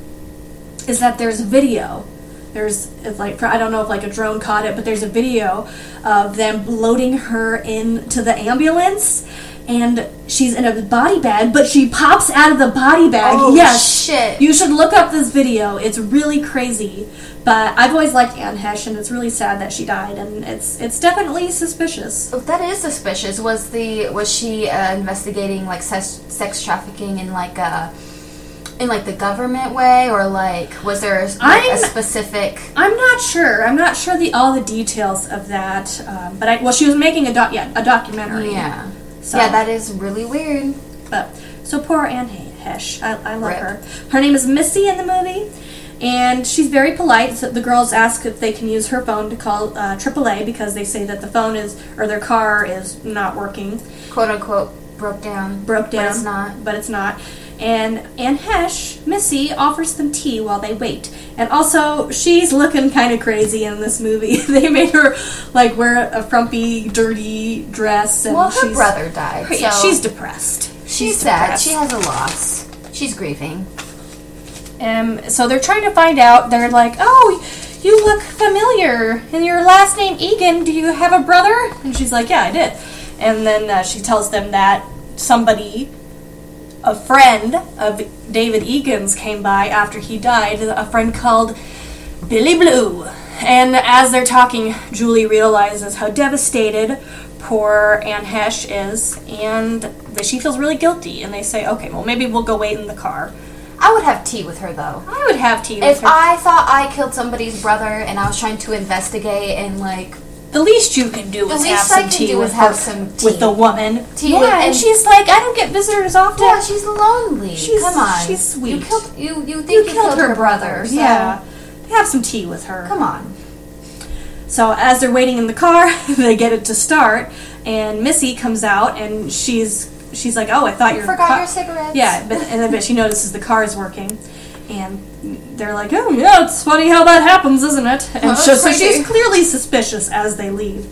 Speaker 1: is that there's video. There's it's like I don't know if like a drone caught it, but there's a video of them loading her into the ambulance, and she's in a body bag, but she pops out of the body bag.
Speaker 2: Oh,
Speaker 1: yes,
Speaker 2: shit.
Speaker 1: You should look up this video. It's really crazy. But I've always liked Anne Hesh, and it's really sad that she died, and it's it's definitely suspicious.
Speaker 2: Oh, That is suspicious. Was the was she uh, investigating like sex, sex trafficking in like a in like the government way or like was there like, a
Speaker 1: I'm-
Speaker 2: specific?
Speaker 1: I'm not sure. I'm not sure the all the details of that. Um, but I well, she was making a doc yeah a documentary.
Speaker 2: Yeah,
Speaker 1: So-
Speaker 2: yeah, that is really weird.
Speaker 1: But so poor Anne Hesh. I, I love
Speaker 2: Rip.
Speaker 1: her. Her name is Missy in the movie, and she's very polite. So the girls ask if they can use her phone to call uh, AAA because they say that the phone is or their car is not working,
Speaker 2: Quote unquote broke down.
Speaker 1: broke down.
Speaker 2: But it's not.
Speaker 1: But it's not. And Anne Hesh, Missy, offers them tea while they wait. And also, she's looking kind of crazy in this movie. they made her like wear a frumpy, dirty dress. And
Speaker 2: Well, her
Speaker 1: she's,
Speaker 2: brother died.
Speaker 1: Yeah,
Speaker 2: so
Speaker 1: she's depressed.
Speaker 2: she's sad.
Speaker 1: depressed.
Speaker 2: She has a loss. She's grieving.
Speaker 1: Um, so they're trying to find out. They're like, "Oh, you look familiar, and your last name Egan. Do you have a brother?" And she's like, "Yeah, I did." And then uh, she tells them that somebody, a friend of David Egan's, came by after he died. A friend called Billy Blue. And as they're talking, Julie realizes how devastated poor Anne Hesh is, and that she feels really guilty. And they say, "Okay, well, maybe we'll go wait in the car."
Speaker 2: I would have tea with her though.
Speaker 1: I would have tea with
Speaker 2: If
Speaker 1: her.
Speaker 2: I thought I killed somebody's brother and I was trying to investigate and like
Speaker 1: the least you can do
Speaker 2: The
Speaker 1: is
Speaker 2: least
Speaker 1: have some
Speaker 2: I can
Speaker 1: tea
Speaker 2: do
Speaker 1: with
Speaker 2: is have
Speaker 1: her-
Speaker 2: some tea.
Speaker 1: with the woman.
Speaker 2: Tea
Speaker 1: yeah,
Speaker 2: with-
Speaker 1: and
Speaker 2: and-
Speaker 1: she's like, I don't get visitors often.
Speaker 2: Yeah, she's lonely.
Speaker 1: She's-
Speaker 2: Come on,
Speaker 1: she's sweet.
Speaker 2: You killed you. You think
Speaker 1: you, killed, her, brother.
Speaker 2: so-
Speaker 1: Yeah, have some tea with her.
Speaker 2: Come on.
Speaker 1: So as they're waiting in the car, they get it to start, and Missy comes out, and she's she's like, "Oh, I thought your
Speaker 2: Forgot
Speaker 1: car-
Speaker 2: your cigarettes.
Speaker 1: Yeah, but and then but she notices the car is working, and they're like, "Oh, yeah, it's funny how that happens, isn't it?" And
Speaker 2: Well,
Speaker 1: so,
Speaker 2: that's
Speaker 1: so
Speaker 2: crazy.
Speaker 1: she's clearly suspicious as they leave.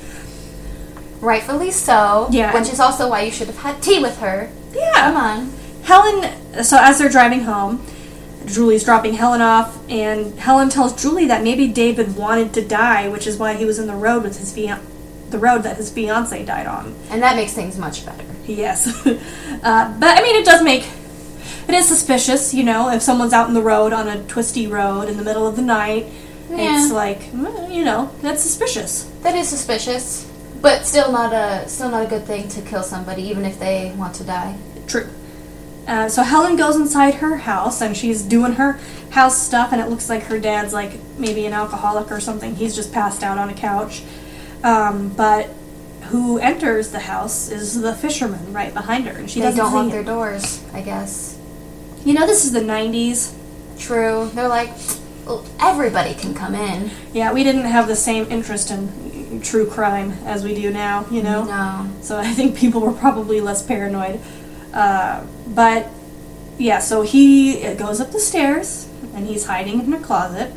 Speaker 2: Rightfully so.
Speaker 1: Yeah.
Speaker 2: Which is also why you should have had tea with her.
Speaker 1: Yeah,
Speaker 2: Come on.
Speaker 1: Helen, so as they're driving home, Julie's dropping Helen off, and Helen tells Julie that maybe David wanted to die, which is why he was in the road with his fian- the road that his fiance died on.
Speaker 2: And that makes things much better.
Speaker 1: Yes, uh, but I mean, it does make it is suspicious, you know, if someone's out in the road on a twisty road in the middle of the night. It's
Speaker 2: Yeah.
Speaker 1: like mm, you know that's suspicious.
Speaker 2: That is suspicious, but still not a still not a good thing to kill somebody, even if they want to die.
Speaker 1: True. Uh, so Helen goes inside her house and she's doing her house stuff, and it looks like her dad's like maybe an alcoholic or something. He's just passed out on a couch. Um, but who enters the house is the fisherman right behind her, and she
Speaker 2: They
Speaker 1: doesn't
Speaker 2: don't
Speaker 1: see
Speaker 2: lock
Speaker 1: him.
Speaker 2: their doors, I guess.
Speaker 1: You know, this is the '90s.
Speaker 2: True. They're like, "Well, everybody can come in.
Speaker 1: Yeah, we didn't have the same interest in true crime as we do now. You know.
Speaker 2: No.
Speaker 1: So I think people were probably less paranoid. Uh, but yeah, so he goes up the stairs and he's hiding in her closet.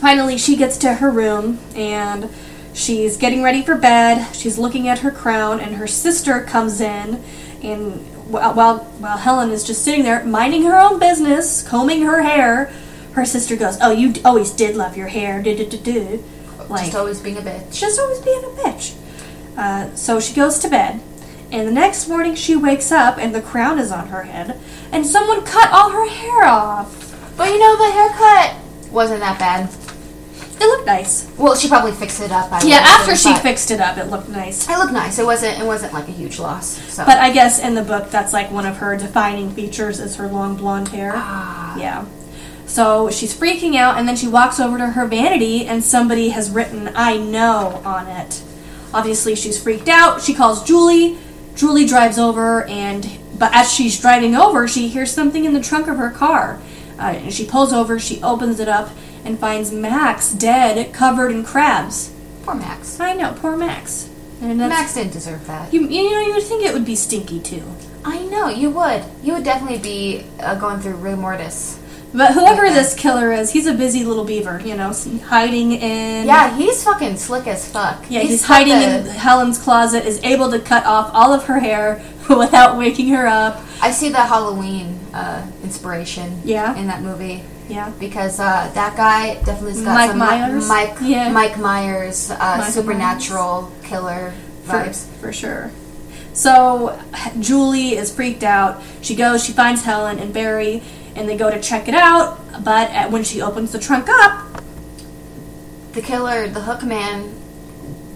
Speaker 1: Finally, she gets to her room and she's getting ready for bed. She's looking at her crown, and her sister comes in and wh- while while Helen is just sitting there minding her own business, combing her hair, her sister goes, "Oh, you d- always did love your hair." Do do do do. Like
Speaker 2: Just always being a bitch.
Speaker 1: She's just always being a bitch. Uh, so she goes to bed, and the next morning she wakes up and the crown is on her head, and someone cut all her hair off.
Speaker 2: But you know, the haircut wasn't that bad.
Speaker 1: It looked nice.
Speaker 2: Well, she probably fixed it up. I
Speaker 1: Yeah,
Speaker 2: would
Speaker 1: after
Speaker 2: assume,
Speaker 1: she
Speaker 2: but
Speaker 1: fixed it up, it looked nice.
Speaker 2: It looked nice. It wasn't. It wasn't like a huge loss. So.
Speaker 1: But I guess in the book, that's like one of her defining features is her long blonde hair. Yeah. So she's freaking out, and then she walks over to her vanity, and somebody has written "I know" on it. Obviously, she's freaked out. She calls Julie. Julie drives over, and but as she's driving over, she hears something in the trunk of her car. Uh, and she pulls over. She opens it up and finds Max dead, covered in crabs.
Speaker 2: poor Max.
Speaker 1: I know, poor Max. And that's,
Speaker 2: Max didn't deserve that.
Speaker 1: you, you know, you would think it would be stinky too.
Speaker 2: I know you would. You would definitely be uh, going through rigor mortis.
Speaker 1: But whoever this killer is, he's a busy little beaver, you know, s- hiding in.
Speaker 2: Yeah, he's fucking slick as fuck.
Speaker 1: Yeah, he's,
Speaker 2: got
Speaker 1: hiding in
Speaker 2: the-
Speaker 1: Helen's closet, is able to cut off all of her hair without waking her up.
Speaker 2: I see the Halloween uh, inspiration.
Speaker 1: Yeah.
Speaker 2: in that movie.
Speaker 1: Yeah.
Speaker 2: because uh, that guy definitely's got
Speaker 1: Mike
Speaker 2: some Mi-
Speaker 1: Myers?
Speaker 2: Mike
Speaker 1: Yeah.
Speaker 2: Mike Myers uh,
Speaker 1: Myers.
Speaker 2: supernatural killer
Speaker 1: For,
Speaker 2: vibes.
Speaker 1: for sure. So Julie is freaked out. She goes, she finds Helen and Barry, and they go to check it out. But uh, when she opens the trunk up,
Speaker 2: The killer, the hook man,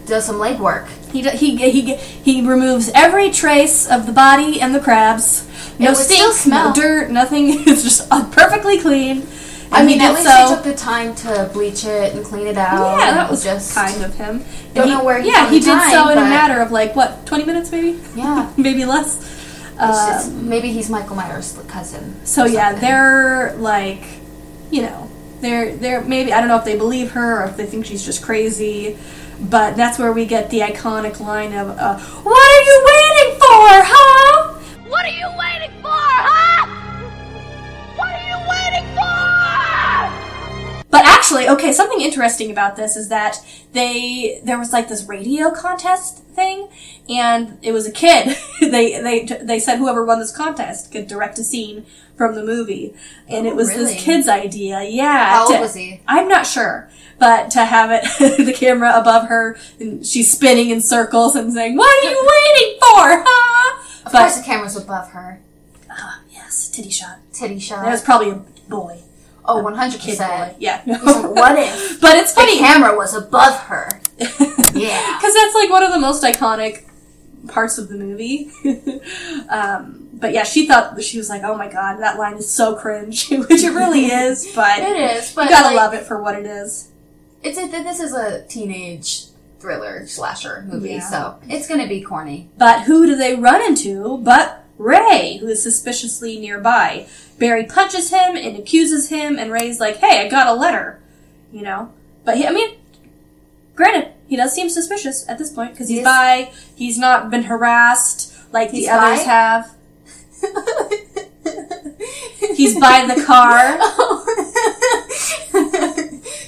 Speaker 2: does some legwork.
Speaker 1: he, d- he, he, he, he removes every trace of the body and the crabs. No
Speaker 2: would still
Speaker 1: stinks, no
Speaker 2: smell.
Speaker 1: dirt, nothing. It's just uh, perfectly clean.
Speaker 2: I
Speaker 1: And
Speaker 2: mean,
Speaker 1: he
Speaker 2: at
Speaker 1: did
Speaker 2: least
Speaker 1: so-
Speaker 2: they took the time to bleach it and clean it out.
Speaker 1: Yeah,
Speaker 2: and
Speaker 1: that was
Speaker 2: just
Speaker 1: kind of him. And
Speaker 2: Don't
Speaker 1: he,
Speaker 2: know where he
Speaker 1: yeah,
Speaker 2: found
Speaker 1: he
Speaker 2: the
Speaker 1: did so
Speaker 2: time,
Speaker 1: in a
Speaker 2: but-
Speaker 1: matter of like what twenty minutes, maybe.
Speaker 2: Yeah.
Speaker 1: maybe less.
Speaker 2: It's
Speaker 1: Uh,
Speaker 2: just- maybe he's Michael Myers' cousin.
Speaker 1: so
Speaker 2: or
Speaker 1: yeah,
Speaker 2: something.
Speaker 1: they're like, you know, they're they're maybe I don't know if they believe her or if they think she's just crazy, but that's where we get the iconic line of, uh, "What are you waiting for, huh?"
Speaker 9: What are you waiting for, huh? What are you waiting for?
Speaker 1: But actually, okay, something interesting about this is that they there was like this radio contest thing, and it was a kid. they they they said whoever won this contest could direct a scene from the movie, and it was
Speaker 2: Oh, really?
Speaker 1: this kid's idea. Yeah,
Speaker 2: How old
Speaker 1: to-
Speaker 2: was he?
Speaker 1: I'm not sure, but to have it the camera above her, and she's spinning in circles and saying, "What are you waiting for, huh?"
Speaker 2: Of
Speaker 1: but
Speaker 2: course, the camera's above her.
Speaker 1: yes, titty shot.
Speaker 2: Titty shot.
Speaker 1: That was probably a boy,
Speaker 2: oh, one hundred
Speaker 1: kid boy.
Speaker 2: percent.
Speaker 1: Yeah.
Speaker 2: What if
Speaker 1: But it's
Speaker 2: the
Speaker 1: funny.
Speaker 2: camera was above her? Yeah.
Speaker 1: because that's like one of the most iconic parts of the movie. um, but yeah, she thought she was like, "Oh my god, that line is so cringe," which it really is. But
Speaker 2: It is, but,
Speaker 1: you gotta
Speaker 2: like-
Speaker 1: love it for what it is.
Speaker 2: It's a, this is a teenage thriller slasher movie,
Speaker 1: Yeah.
Speaker 2: so it's gonna be corny.
Speaker 1: But who do they run into? But Ray, who is suspiciously nearby. Barry punches him and accuses him, and Ray's like, "Hey, I got a letter," you know. But he, I mean, granted, he does seem suspicious at this point because he's
Speaker 2: Yes.
Speaker 1: by. He's not been harassed like
Speaker 2: He's
Speaker 1: the others
Speaker 2: bi?
Speaker 1: have. He's by the car.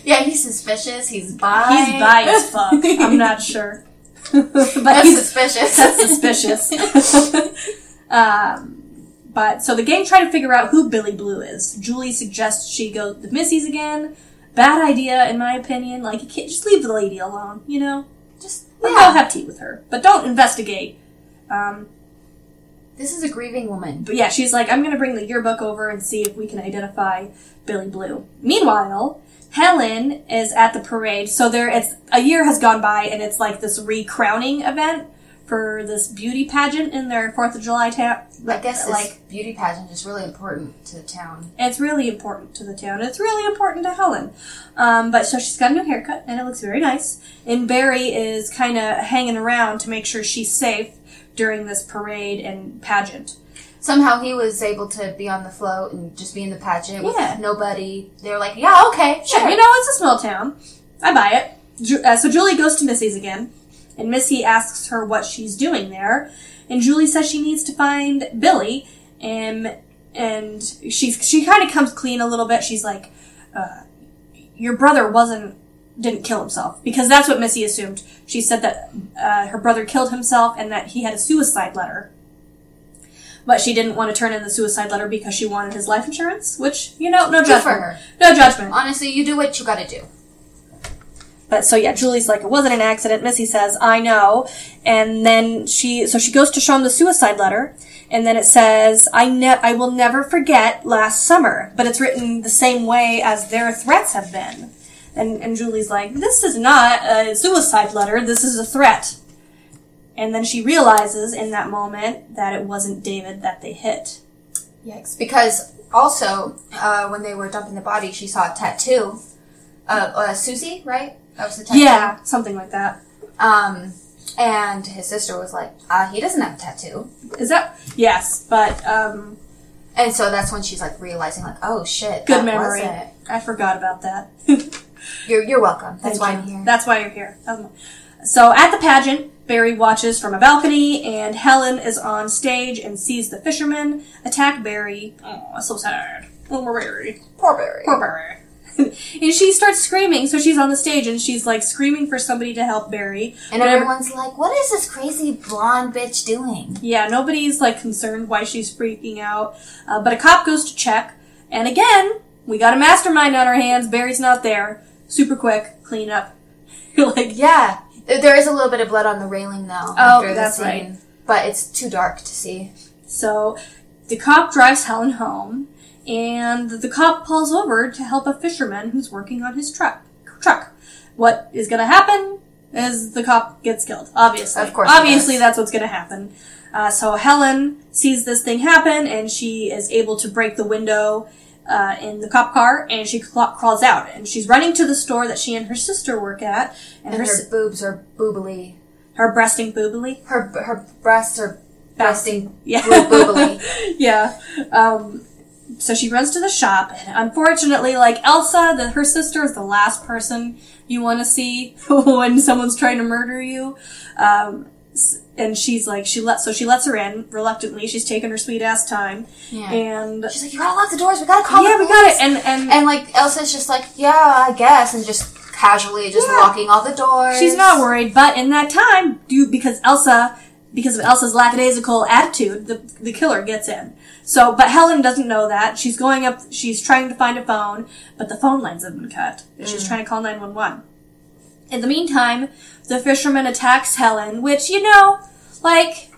Speaker 2: yeah, he's suspicious. He's bi.
Speaker 1: He's bi as fuck. I'm not sure. but
Speaker 2: That's
Speaker 1: he's
Speaker 2: suspicious.
Speaker 1: that's suspicious. um, but so the gang try to figure out who Billy Blue is. Julie suggests she go to the Missy's again. Bad idea, in my opinion. Like, you can't just leave the lady alone, you know?
Speaker 2: Just
Speaker 1: Or
Speaker 2: yeah.
Speaker 1: Go have tea with her, but don't investigate. Um,
Speaker 2: This is a grieving woman.
Speaker 1: But yeah, she's like, I'm gonna bring the yearbook over and see if we can identify Billy Blue. Meanwhile, Helen is at the parade, so there it's a year has gone by and it's like this recrowning event for this beauty pageant in their Fourth of July town.
Speaker 2: I guess this
Speaker 1: like
Speaker 2: beauty pageant is really important to the town.
Speaker 1: it's really important to the town. It's really important to Helen. Um, but so she's got a new haircut and it looks very nice. And Barry is kind of hanging around to make sure she's safe during this parade and pageant.
Speaker 2: Somehow he was able to be on the float and just be in the pageant
Speaker 1: Yeah.
Speaker 2: with nobody. They're like, yeah, okay, sure.
Speaker 1: Yeah, you know, it's a small town. I buy it. Ju- uh, so Julie goes to Missy's again, and Missy asks her what she's doing there, and Julie says she needs to find Billy, and and she's she kind of comes clean a little bit. She's like, uh, "Your brother wasn't didn't kill himself," because that's what Missy assumed. She said that uh, her brother killed himself and that he had a suicide letter. But she didn't want to turn in the suicide letter because she wanted his life insurance, which, you know, no
Speaker 2: for
Speaker 1: judgment.
Speaker 2: her.
Speaker 1: No judgment.
Speaker 2: Honestly, you do what you gotta do.
Speaker 1: But so yeah, Julie's like, it wasn't an accident. Missy says, I know. And then she, so she goes to show him the suicide letter. And then it says, I ne- I will never forget last summer. But it's written the same way as their threats have been. And, and Julie's like, this is not a suicide letter. This is a threat. And then she realizes in that moment that it wasn't David that they hit.
Speaker 2: Yikes. Because also, uh, when they were dumping the body, she saw a tattoo. Uh, uh, Susie, right? That was the tattoo.
Speaker 1: Yeah, something like that.
Speaker 2: Um, and his sister was like, uh, he doesn't have a tattoo.
Speaker 1: Is that? Yes, but, um,
Speaker 2: And so that's when she's like realizing, like, oh shit.
Speaker 1: good
Speaker 2: that
Speaker 1: memory.
Speaker 2: Was it.
Speaker 1: I forgot about that.
Speaker 2: You're, you're welcome. That's why I'm
Speaker 1: Thank you.
Speaker 2: here.
Speaker 1: That's why you're here. That was my- So at the pageant, Barry watches from a balcony, and Helen is on stage and sees the fishermen attack Barry. Oh, so sad. Oh, Barry.
Speaker 2: Poor Barry.
Speaker 1: Poor Barry. and she starts screaming, so she's on the stage and she's like screaming for somebody to help Barry.
Speaker 2: And
Speaker 1: But every-
Speaker 2: everyone's like, what is this crazy blonde bitch doing?
Speaker 1: Yeah, nobody's like concerned why she's freaking out. Uh, but a cop goes to check, and again, we got a mastermind on our hands. Barry's not there. Super quick, clean up. like,
Speaker 2: Yeah. There is a little bit of blood on the railing though.
Speaker 1: Oh, that's right.
Speaker 2: But it's too dark to see.
Speaker 1: So the cop drives Helen home, and the cop pulls over to help a fisherman who's working on his truck. Truck. What is going to happen is the cop gets killed. Obviously,
Speaker 2: Of course he
Speaker 1: Obviously,
Speaker 2: does.
Speaker 1: that's what's going to happen. Uh, so Helen sees this thing happen, and she is able to break the window. Uh, in the cop car, and she cla- crawls out, and she's running to the store that she and her sister work at, and,
Speaker 2: And
Speaker 1: her,
Speaker 2: her,
Speaker 1: her,
Speaker 2: boobs are boobily.
Speaker 1: her breasting boobily.
Speaker 2: Her her breasts are busting.
Speaker 1: Yeah.
Speaker 2: boobily.
Speaker 1: yeah. Um, so she runs to the shop, and unfortunately, like Elsa, the, her sister is the last person you want to see when someone's trying to murder you. Um, s- and she's like, she let so she lets her in reluctantly. She's taking her sweet ass time,
Speaker 2: Yeah.
Speaker 1: and
Speaker 2: She's like, you gotta lock the doors. We gotta call.
Speaker 1: yeah,
Speaker 2: the
Speaker 1: we got
Speaker 2: police."
Speaker 1: it. And and,
Speaker 2: And like Elsa's just like, yeah, I guess, and just casually just
Speaker 1: Yeah.
Speaker 2: locking all the doors.
Speaker 1: she's not worried, but in that time, due because Elsa, because of Elsa's lackadaisical attitude, the the killer gets in. So, but Helen doesn't know that. She's going up. She's trying to find a phone, but the phone lines have been cut. and
Speaker 2: Mm.
Speaker 1: She's trying to call nine one one. In the meantime, the fisherman attacks Helen, which you know, like,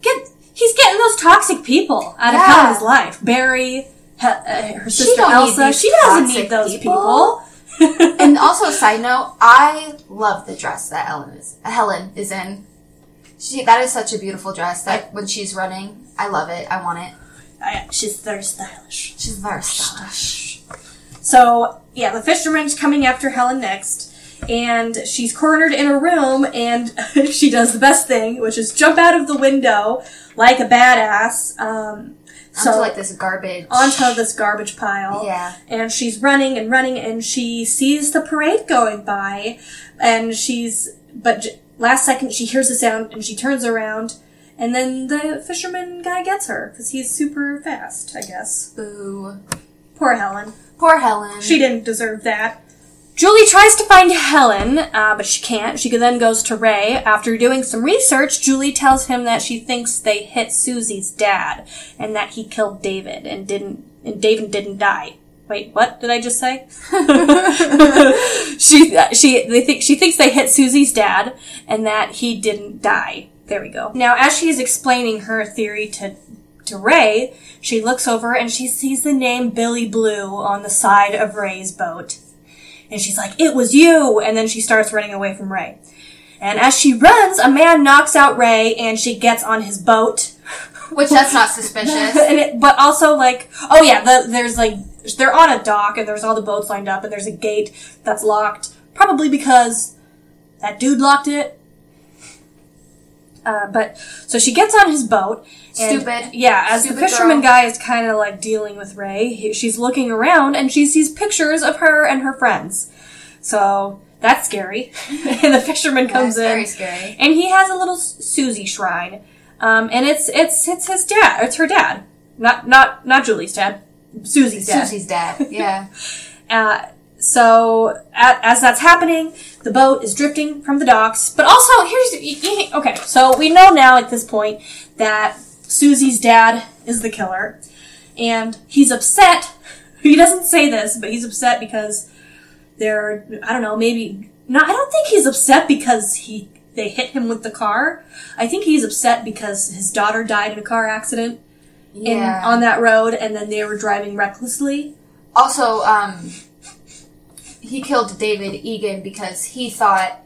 Speaker 1: get he's getting those toxic people out of
Speaker 2: Yeah.
Speaker 1: Helen's life. Barry, he, uh, her sister
Speaker 2: don't need
Speaker 1: Elsa.
Speaker 2: these
Speaker 1: she doesn't
Speaker 2: toxic
Speaker 1: need those
Speaker 2: people.
Speaker 1: people.
Speaker 2: And also, side note, I love the dress that Ellen is Helen is in. She that is such a beautiful dress that when she's running, I love it. I want it.
Speaker 1: I- she's very stylish.
Speaker 2: She's very stylish.
Speaker 1: So yeah, the fisherman's coming after Helen next, and she's cornered in a room, and she does the best thing, which is jump out of the window like a badass. Um,
Speaker 2: So
Speaker 1: so
Speaker 2: like this garbage.
Speaker 1: onto this garbage pile.
Speaker 2: Yeah.
Speaker 1: And she's running and running, and she sees the parade going by, and she's but j- last second she hears a sound and she turns around. And then the fisherman guy gets her because he's super fast, I guess.
Speaker 2: Boo.
Speaker 1: Poor Helen.
Speaker 2: Poor Helen.
Speaker 1: She didn't deserve that. Julie tries to find Helen, uh, but she can't. She then goes to Ray. After doing some research, Julie tells him that she thinks they hit Susie's dad and that he killed David and didn't and David didn't die. Wait, what did I just say? she uh, she they think she thinks they hit Susie's dad and that he didn't die. There we go. Now, as she is explaining her theory to to Ray, she looks over and she sees the name Billy Blue on the side of Ray's boat. And she's like, "It was you." And then she starts running away from Ray. And as she runs, a man knocks out Ray and she gets on his boat.
Speaker 2: Which that's not suspicious.
Speaker 1: and it, but also like, oh yeah, the, there's like, they're on a dock and there's all the boats lined up and there's a gate that's locked. Probably because that dude locked it. Uh, but, so she gets on his boat. and-
Speaker 2: Stupid.
Speaker 1: Yeah, as the
Speaker 2: Stupid
Speaker 1: fisherman
Speaker 2: girl.
Speaker 1: guy is kind of like dealing with Ray, he, she's looking around and she sees pictures of her and her friends. So that's scary. and the fisherman comes in.
Speaker 2: very scary.
Speaker 1: And he has a little S- Susie shrine. Um, and it's it's it's his dad. It's her dad. Not not not Julie's dad. Susie's dad.
Speaker 2: Susie's dad. Yeah.
Speaker 1: Uh, so a as that's happening, the boat is drifting from the docks. But also, here's okay. So we know now at this point that Susie's dad is the killer, and he's upset. He doesn't say this, but he's upset because they're I don't know maybe not. I don't think he's upset because he they hit him with the car. I think he's upset because his daughter died in a car accident. In,
Speaker 2: Yeah.
Speaker 1: on that road, and then they were driving recklessly.
Speaker 2: Also, um, he killed David Egan because he thought,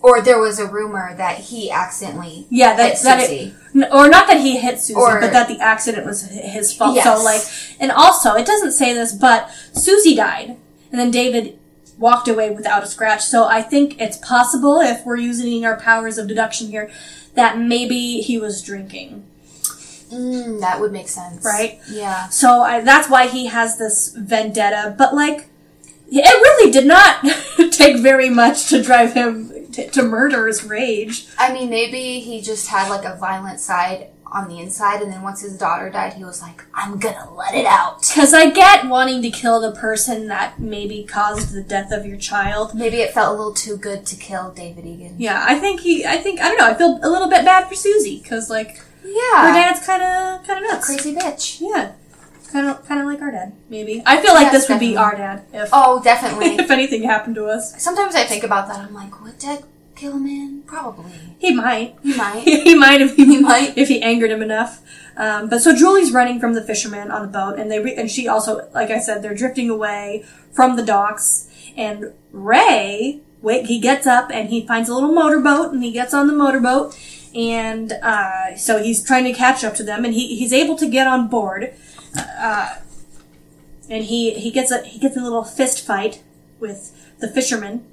Speaker 2: or there was a rumor that he accidentally
Speaker 1: Yeah, that,
Speaker 2: hit
Speaker 1: that it,
Speaker 2: Susie.
Speaker 1: n- or not that he hit Susie,
Speaker 2: Or-
Speaker 1: but that the accident was h- his fault. So
Speaker 2: Yes.
Speaker 1: like, and also it doesn't say this, but Susie died, and then David walked away without a scratch. So I think it's possible if we're using our powers of deduction here that maybe he was drinking,
Speaker 2: Mm, that would make sense,
Speaker 1: right?
Speaker 2: Yeah.
Speaker 1: So I, that's why he has this vendetta. But like, it really did not take very much to drive him t- to murder his rage.
Speaker 2: I mean, maybe he just had like a violent side on the inside, and then once his daughter died, he was like, "I'm gonna let it out."
Speaker 1: Because I get wanting to kill the person that maybe caused the death of your child.
Speaker 2: Maybe it felt a little too good to kill David Egan.
Speaker 1: Yeah, I think he. I think I don't know. I feel a little bit bad for Susie because like her
Speaker 2: Yeah.
Speaker 1: dad's kind of kind of nuts.
Speaker 2: Crazy bitch.
Speaker 1: Yeah, kind of kind of like our dad. Maybe I feel like
Speaker 2: Yes,
Speaker 1: this would be
Speaker 2: definitely.
Speaker 1: our dad if
Speaker 2: Oh, definitely.
Speaker 1: if anything happened to us.
Speaker 2: Sometimes I think about that. I'm like, would dad kill a man? Probably.
Speaker 1: He might.
Speaker 2: He might.
Speaker 1: he might if he,
Speaker 2: might.
Speaker 1: if he angered him enough. Um, but so Julie's running from the fisherman on the boat, and they re- and she also, like I said, they're drifting away from the docks. And Ray, wait, he gets up and he finds a little motorboat, and he gets on the motorboat, and uh, so he's trying to catch up to them, and he, he's able to get on board. Uh, and he, he gets a he gets a little fist fight with the fisherman,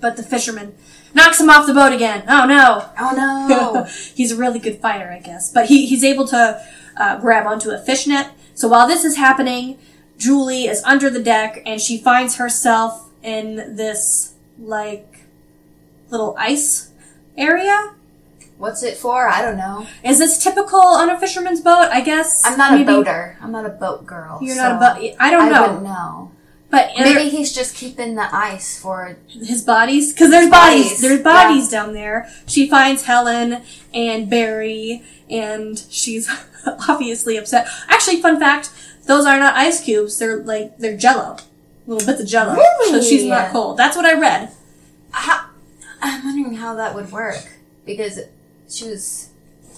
Speaker 1: but the fisherman knocks him off the boat again. Oh no!
Speaker 2: Oh no.
Speaker 1: he's a really good fighter, I guess. But he, he's able to uh, grab onto a fishnet. So while this is happening, Julie is under the deck and she finds herself in this, like, little ice area.
Speaker 2: What's it for? I don't know.
Speaker 1: Is this typical on a fisherman's boat? I guess.
Speaker 2: I'm not
Speaker 1: maybe-
Speaker 2: a boater. I'm not a boat girl.
Speaker 1: You're
Speaker 2: so
Speaker 1: not a boat. I don't
Speaker 2: I
Speaker 1: know.
Speaker 2: wouldn't know.
Speaker 1: But
Speaker 2: Maybe he's just keeping the ice for.
Speaker 1: his bodies because there's bodies,
Speaker 2: Bodies,
Speaker 1: there's bodies down there she finds helen and barry and she's obviously upset actually fun fact those are not ice cubes they're like they're jello little bits of jello so
Speaker 2: Really?
Speaker 1: she's not cold that's what i read
Speaker 2: How, I'm wondering how that would work because she was.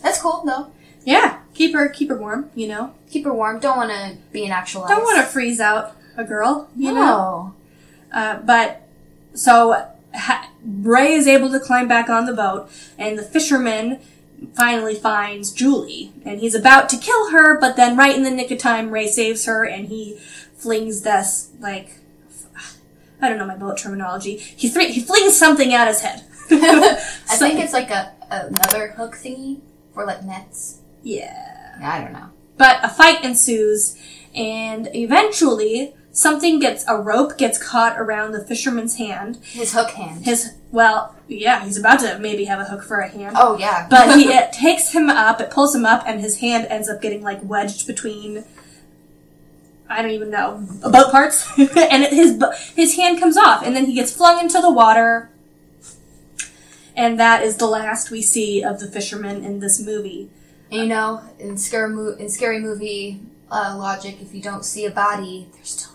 Speaker 2: That's cool though.
Speaker 1: yeah keep her keep her warm you know
Speaker 2: Keep her warm. Don't want to be an actual.
Speaker 1: don't want to freeze out a girl you
Speaker 2: No.
Speaker 1: know Uh, but so ha- Ray is able to climb back on the boat, and the fisherman finally finds Julie, and he's about to kill her, but then right in the nick of time, Ray saves her, and he flings this like I don't know my boat terminology. He thr- he flings something at his head.
Speaker 2: I think it's like a another hook thingy for like nets.
Speaker 1: yeah.
Speaker 2: I don't know.
Speaker 1: But a fight ensues, and eventually something gets a rope gets caught around the fisherman's hand.
Speaker 2: His hook hand.
Speaker 1: His well, yeah, he's about to maybe have a hook for a hand.
Speaker 2: oh yeah.
Speaker 1: But he, it takes him up, it pulls him up, and his hand ends up getting like wedged between. I don't even know boat parts, and it, his bo- his hand comes off, and then he gets flung into the water. And that is the last we see of the fisherman in this movie.
Speaker 2: you know, in scary mo- in scary movie uh, logic, if you don't see a body, there's still.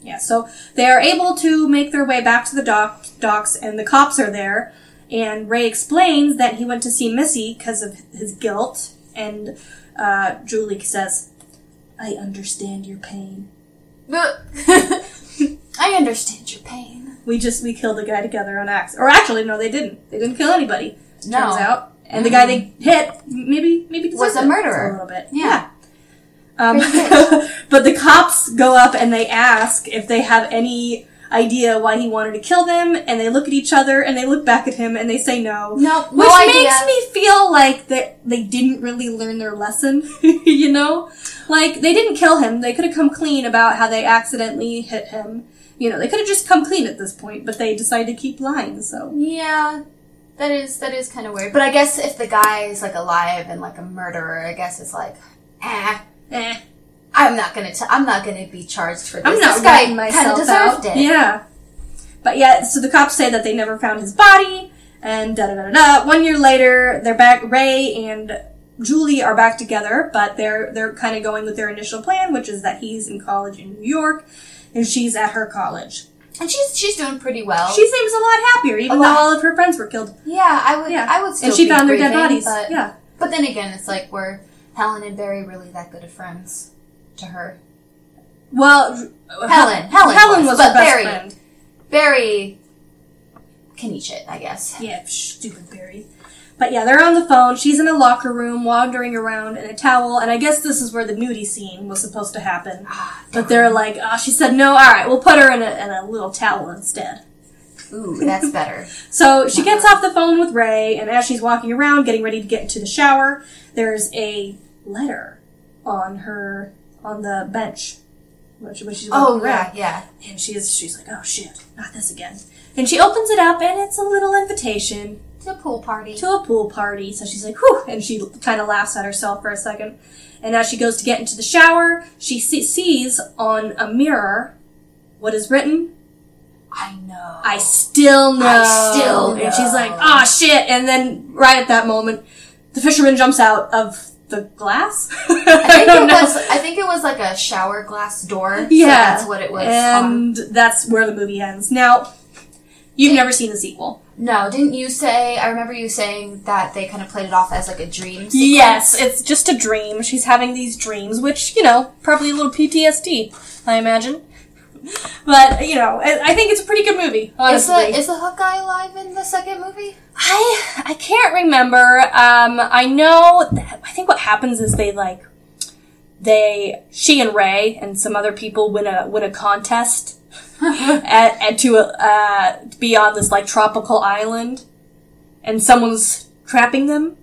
Speaker 1: Yeah, so they are able to make their way back to the dock, docks, and the cops are there. And Ray explains that he went to see Missy because of his guilt, and uh, Julie says, "I understand your pain."
Speaker 2: I understand your pain.
Speaker 1: We just we killed the guy together on axe. Or actually, no, they didn't. They didn't kill anybody.
Speaker 2: No.
Speaker 1: Turns out, and the guy they hit maybe maybe
Speaker 2: Was
Speaker 1: deserved
Speaker 2: a
Speaker 1: it
Speaker 2: murderer.
Speaker 1: a little bit.
Speaker 2: Yeah.
Speaker 1: Um, but the cops go up and they ask if they have any idea why he wanted to kill them, and they look at each other and they look back at him and they say no.
Speaker 2: No, no
Speaker 1: which makes
Speaker 2: idea.
Speaker 1: me feel like that they didn't really learn their lesson. you know, like they didn't kill him. They could have come clean about how they accidentally hit him. You know, they could have just come clean at this point, but they decided to keep lying. So
Speaker 2: Yeah, that is that is kind of weird. But I guess if the guy is like alive and like a murderer, I guess it's like, eh,
Speaker 1: eh,
Speaker 2: I'm not gonna t- I'm not gonna be charged for this.
Speaker 1: I'm
Speaker 2: this
Speaker 1: not
Speaker 2: guy
Speaker 1: writing
Speaker 2: kinda
Speaker 1: myself
Speaker 2: deserved
Speaker 1: out.
Speaker 2: it.
Speaker 1: Yeah. But yeah, so the cops say that they never found his body, and da da da da. One year later, they're back. Ray and Julie are back together, but they're they're kind of going with their initial plan, which is that he's in college in New York, and she's at her college.
Speaker 2: And she's she's doing pretty well.
Speaker 1: She seems a lot happier, even
Speaker 2: A
Speaker 1: though
Speaker 2: lot.
Speaker 1: all of her friends were killed.
Speaker 2: yeah, I would
Speaker 1: Yeah,
Speaker 2: I would still
Speaker 1: and she
Speaker 2: be
Speaker 1: found their dead bodies.
Speaker 2: grieving, But,
Speaker 1: Yeah,
Speaker 2: but then again, it's like were Helen and Barry really that good of friends to her?
Speaker 1: well,
Speaker 2: Helen, Helen,
Speaker 1: Helen was
Speaker 2: but
Speaker 1: her best
Speaker 2: Barry,
Speaker 1: friend.
Speaker 2: Barry can eat shit, I guess.
Speaker 1: Yeah, stupid Barry. But yeah, they're on the phone. She's in a locker room, wandering around in a towel, and I guess this is where the nudie scene was supposed to happen.
Speaker 2: Ah,
Speaker 1: But they're like, oh, she said no, alright, we'll put her in a, in a little towel instead.
Speaker 2: Ooh, that's better.
Speaker 1: So
Speaker 2: Uh-huh.
Speaker 1: she gets off the phone with Ray, and as she's walking around, getting ready to get into the shower, there's a letter on her, on the bench. Which, which she's
Speaker 2: oh
Speaker 1: walking around.
Speaker 2: yeah, yeah.
Speaker 1: And she is, she's like, oh shit, not this again. And she opens it up, and it's a little invitation
Speaker 2: It's a pool party.
Speaker 1: to a pool party. So she's like, whew, and she kind of laughs at herself for a second. And as she goes to get into the shower, she see- sees on a mirror what is written,
Speaker 2: I know.
Speaker 1: I still know.
Speaker 2: I still know.
Speaker 1: And she's like, ah, shit. And then right at that moment, the fisherman jumps out of the glass.
Speaker 2: I think
Speaker 1: don't
Speaker 2: it
Speaker 1: know.
Speaker 2: was. I think it was like a shower glass door. so
Speaker 1: Yeah. Um,
Speaker 2: that's what it was. Um, on.
Speaker 1: And that's where the movie ends. Now, you've never seen the sequel.
Speaker 2: No, didn't you say? I remember you saying that they kind of played it off as like a dream. Sequence.
Speaker 1: Yes, it's just a dream. She's having these dreams, which, you know, probably a little PTSD, I imagine. But, you know, I I think it's a pretty good movie,
Speaker 2: Is
Speaker 1: honestly.
Speaker 2: the is the hook guy alive in the second movie?
Speaker 1: I, I can't remember. Um, I know, that, I think what happens is they, like, they, she and Ray and some other people win a, win a contest at, at to, uh, be on this, like, tropical island. And someone's trapping them.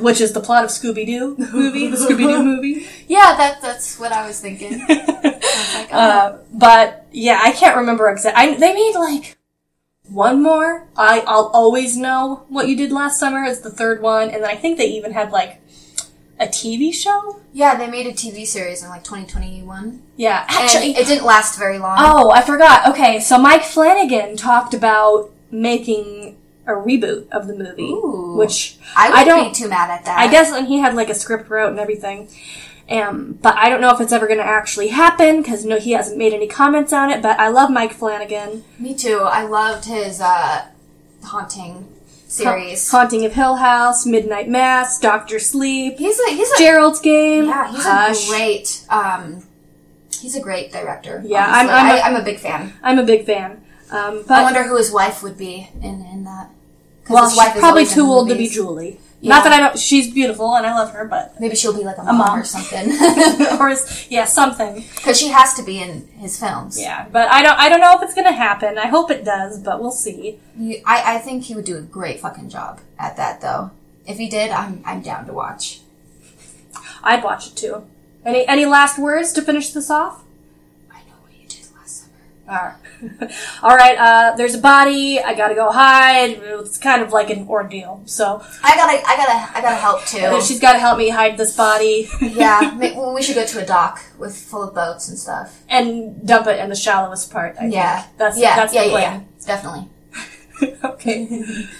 Speaker 1: Which is the plot of Scooby Doo movie, the Scooby Doo movie.
Speaker 2: Yeah, that that's what I was thinking. I was like, oh.
Speaker 1: Uh, But yeah, I can't remember exactly. They made like one more. I, I'll always know what you did last summer is the third one, and then I think they even had like a TV show.
Speaker 2: yeah, they made a TV series in like 2021,
Speaker 1: Yeah,
Speaker 2: and
Speaker 1: actually.
Speaker 2: it didn't last very long.
Speaker 1: oh, I forgot. Okay, so Mike Flanagan talked about making a reboot of the movie,
Speaker 2: Ooh.
Speaker 1: which
Speaker 2: I would
Speaker 1: I don't.
Speaker 2: be too mad at that.
Speaker 1: I guess, and he had like a script wrote and everything. Um, but I don't know if it's ever going to actually happen because no, he hasn't made any comments on it. But I love Mike Flanagan.
Speaker 2: Me too. I loved his uh, haunting series.
Speaker 1: Haunting of Hill House, Midnight Mass, Doctor Sleep,
Speaker 2: he's a he's a
Speaker 1: Gerald's Game.
Speaker 2: Yeah, he's
Speaker 1: Hush.
Speaker 2: a great. Um, he's a great director.
Speaker 1: Yeah,
Speaker 2: honestly.
Speaker 1: I'm- I'm a-
Speaker 2: I, I'm a big fan.
Speaker 1: I'm a big fan. Um, but
Speaker 2: I wonder who his wife would be in in that. 'Cause
Speaker 1: well,
Speaker 2: his
Speaker 1: she's
Speaker 2: wife is
Speaker 1: probably
Speaker 2: always in
Speaker 1: too old to be
Speaker 2: movies.
Speaker 1: Julie.
Speaker 2: Yeah.
Speaker 1: Not that I don't. She's beautiful and I love her, but
Speaker 2: Maybe she'll be like a mom,
Speaker 1: mom.
Speaker 2: or something,
Speaker 1: or is- yeah, something.
Speaker 2: because she has to be in his films.
Speaker 1: Yeah, but I don't. I don't know if it's gonna happen. I hope it does, but we'll see.
Speaker 2: You- I I think he would do a great fucking job at that though. If he did, I'm I'm down to watch.
Speaker 1: I'd watch it too. Any any last words to finish this off?
Speaker 2: I know what you did last summer.
Speaker 1: Alright. Alright, uh, there's a body, I gotta go hide. It's kind of like an ordeal. So
Speaker 2: I gotta I gotta I gotta help
Speaker 1: uh,
Speaker 2: too.
Speaker 1: she's gotta help me hide this body.
Speaker 2: yeah, ma- well, we should go to a dock with full of boats and stuff.
Speaker 1: and dump it in the shallowest part. I
Speaker 2: Yeah,
Speaker 1: think. that's
Speaker 2: yeah,
Speaker 1: that's
Speaker 2: yeah,
Speaker 1: the
Speaker 2: yeah, yeah,
Speaker 1: plan.
Speaker 2: definitely.
Speaker 1: okay.